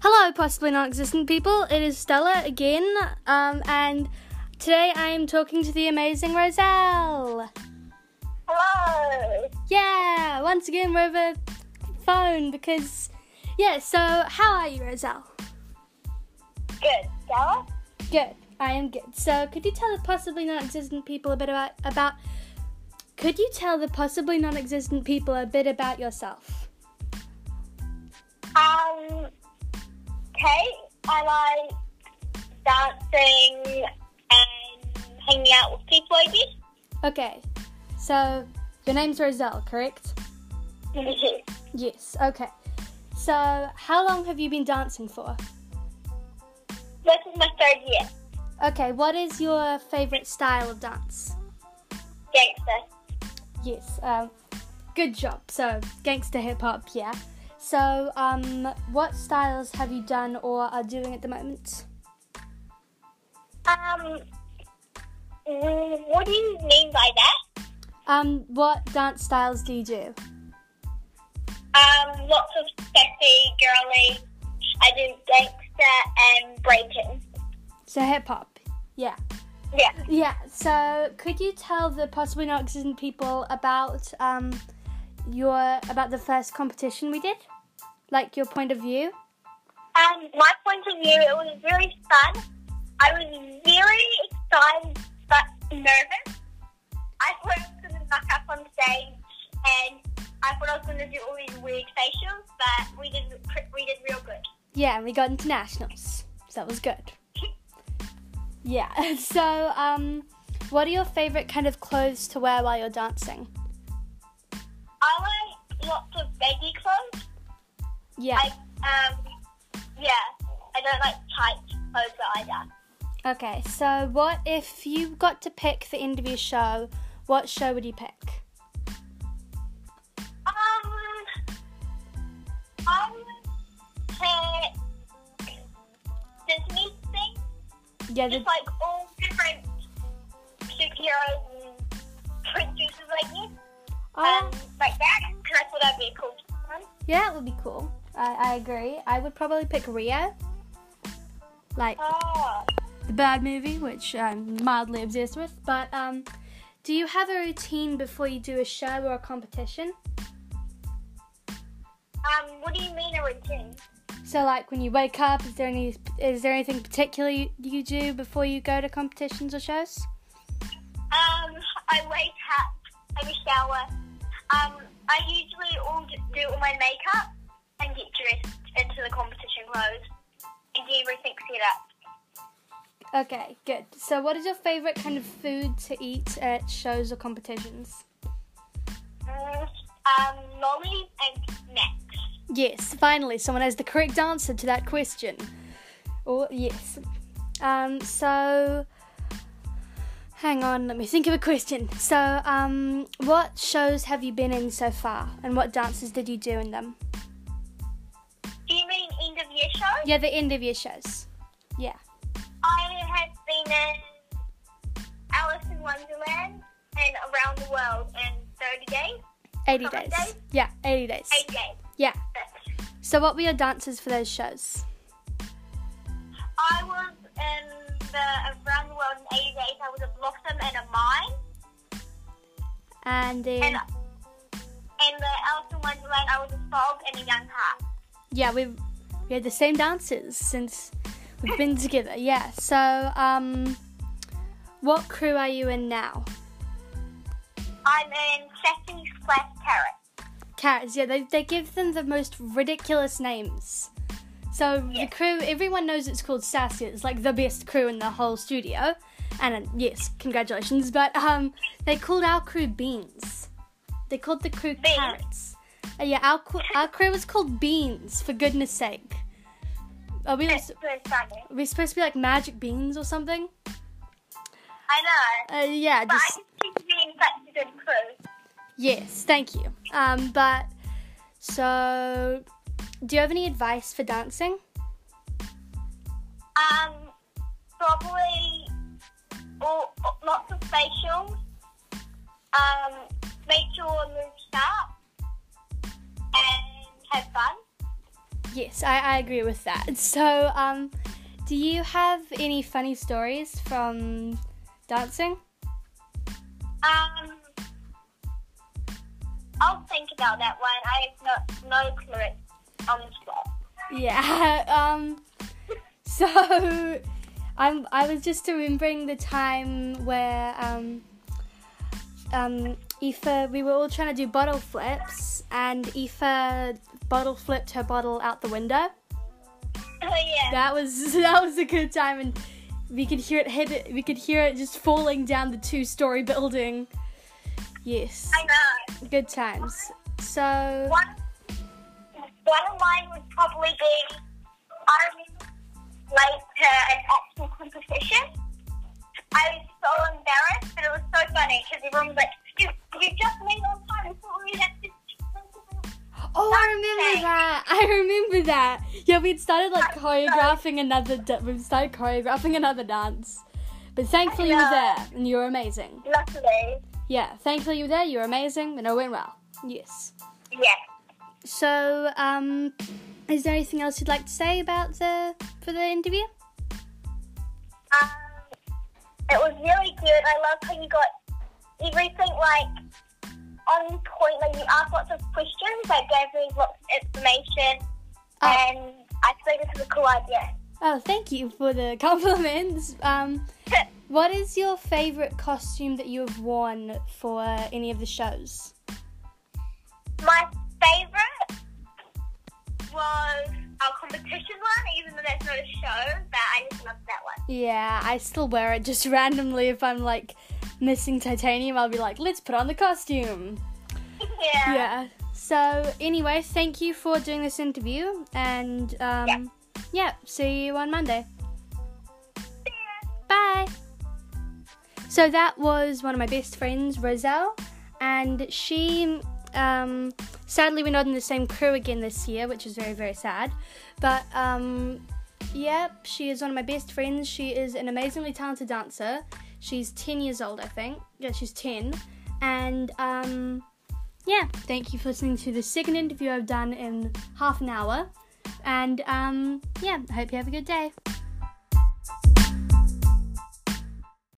Hello, possibly non existent people. It is Stella again, um, and today I am talking to the amazing Roselle. Hello. Yeah, once again, we're over phone because, yeah, so how are you, Roselle? Good. Stella? Good. I am good. So, could you tell the possibly non existent people a bit about, about. Could you tell the possibly non existent people a bit about yourself? Um, Kate, I like dancing and hanging out with people, I guess. Okay, so your name's Roselle, correct? Yes, okay. So, how long have you been dancing for? this is my third year. Okay, what is your favorite style of dance? Gangster. Yes, um, good job. So, gangster hip hop, yeah. So, um, what styles have you done or are doing at the moment? Um, mm, what do you mean by that? Um, what dance styles do you do? Um, lots of sexy, girly. I do gangster and breaking. So, hip hop, yeah. Yeah. Yeah, so could you tell the possibly not existent people about um, your about the first competition we did? Like your point of view? Um, my point of view, it was really fun. I was very excited but nervous. I thought I was going to knock up on stage, and I thought I was going to do all these weird facials, but we did we did real good. Yeah, and we got internationals. So that was good. Yeah. So, um, what are your favorite kind of clothes to wear while you're dancing? I like lots of baggy clothes. Yeah. I um, yeah, I don't like tight clothes either. Okay. So, what if you got to pick the end of your show? What show would you pick? Um, I would pick Disney things. Yeah. The, just like all different superheroes and producers like you, um, oh, like that. Because I thought that'd be a cool one. yeah, it would be cool. I, I agree. I would probably pick Rio. Like Oh, the bad movie, which I'm mildly obsessed with. But um, do you have a routine before you do a show or a competition? um, what do you mean a routine? So, like when you wake up, is there any is there anything particular you, you do before you go to competitions or shows? Um, I wake up, I have a shower. Um, I usually all d- do all my makeup and get dressed into the competition clothes and get everything set up. Okay, good. So, what is your favorite kind of food to eat at shows or competitions? Mm, Um, lollies and snacks. Yes, finally, someone has the correct answer to that question. Oh, yes. Um, so, hang on, let me think of a question. So, um, what shows have you been in so far, and what dances did you do in them? Do you mean end of year show? Yeah, the end of your shows. Yeah. I have been in Alice in Wonderland and Around the World in 30 days, 80 How days. many days? Yeah, 80 days. 8 days. Yeah. But So, what were your dances for those shows? I was in the Around the World in 80 days. I was a blossom and a mime. And then, And, and the Alice in Wonderland, I was a frog and a young heart. yeah, we we had the same dances since we've been together. Yeah. So, um, what crew are you in now? I'm in Sassy Splash Carrot. Carrots. Yeah, they they give them the most ridiculous names. So Yeah. the crew, everyone knows it's called Sassy. It's like the best crew in the whole studio. And uh, yes, congratulations. But um, they called our crew Beans. They called the crew Beans? Carrots. Uh, yeah, our cr- our crew was called Beans. For goodness sake. Are we? It's really funny. Are we supposed to be like magic beans or something? I know. Uh, yeah, But I just just keep being such a good crew. yes, thank you. Um, but so, do you have any advice for dancing? Um, probably all, lots of facials. Um, make your moves sharp and have fun. Yes, I, I agree with that. So, um, do you have any funny stories from dancing? Um, I'll think about that one. I have no, no clue it on the spot. Yeah. Um. So, I'm. I was just remembering the time where um. Um. Aoife, we were all trying to do bottle flips, and Aoife bottle flipped her bottle out the window. Oh yeah. That was that was a good time, and we could hear it hit. It, we could hear it just falling down the two-story building. Yes, I know. good times. So oh, One, one of mine would probably be I like to an actual competition. I was so embarrassed, but it was so funny because everyone was like, "You, you just made on time for me." That's just Oh, I remember Something. that. I remember that. Yeah, we'd started like choreographing another. da- We started choreographing another dance, but thankfully you were know. there and you were amazing. luckily, Yeah, thankfully you were there. You were amazing, and it went well. Yes. yeah. So, um, is there anything else you'd like to say about the for the interview? Um, it was really good. I love how you got everything like on point. Like you asked lots of questions, like gave me lots of information, Oh. and I think this is a cool idea. Oh, thank you for the compliments. Um, what is your favorite costume that you have worn for any of the shows? My favorite was our competition one, even though that's not a show, but I just loved that one. Yeah, I still wear it just randomly if I'm like missing titanium, I'll be like, let's put on the costume. yeah. Yeah. So, anyway, thank you for doing this interview and um, yeah. see you on Monday. Yeah. Bye. So, that was one of my best friends, Roselle, and she um, sadly we're not in the same crew again this year, which is very, very sad. But um, Yep, she is one of my best friends. She is an amazingly talented dancer. She's 10 years old, I think. Yeah, she's 10. And um, yeah, thank you for listening to the second interview I've done in half an hour. And um, yeah, I hope you have a good day.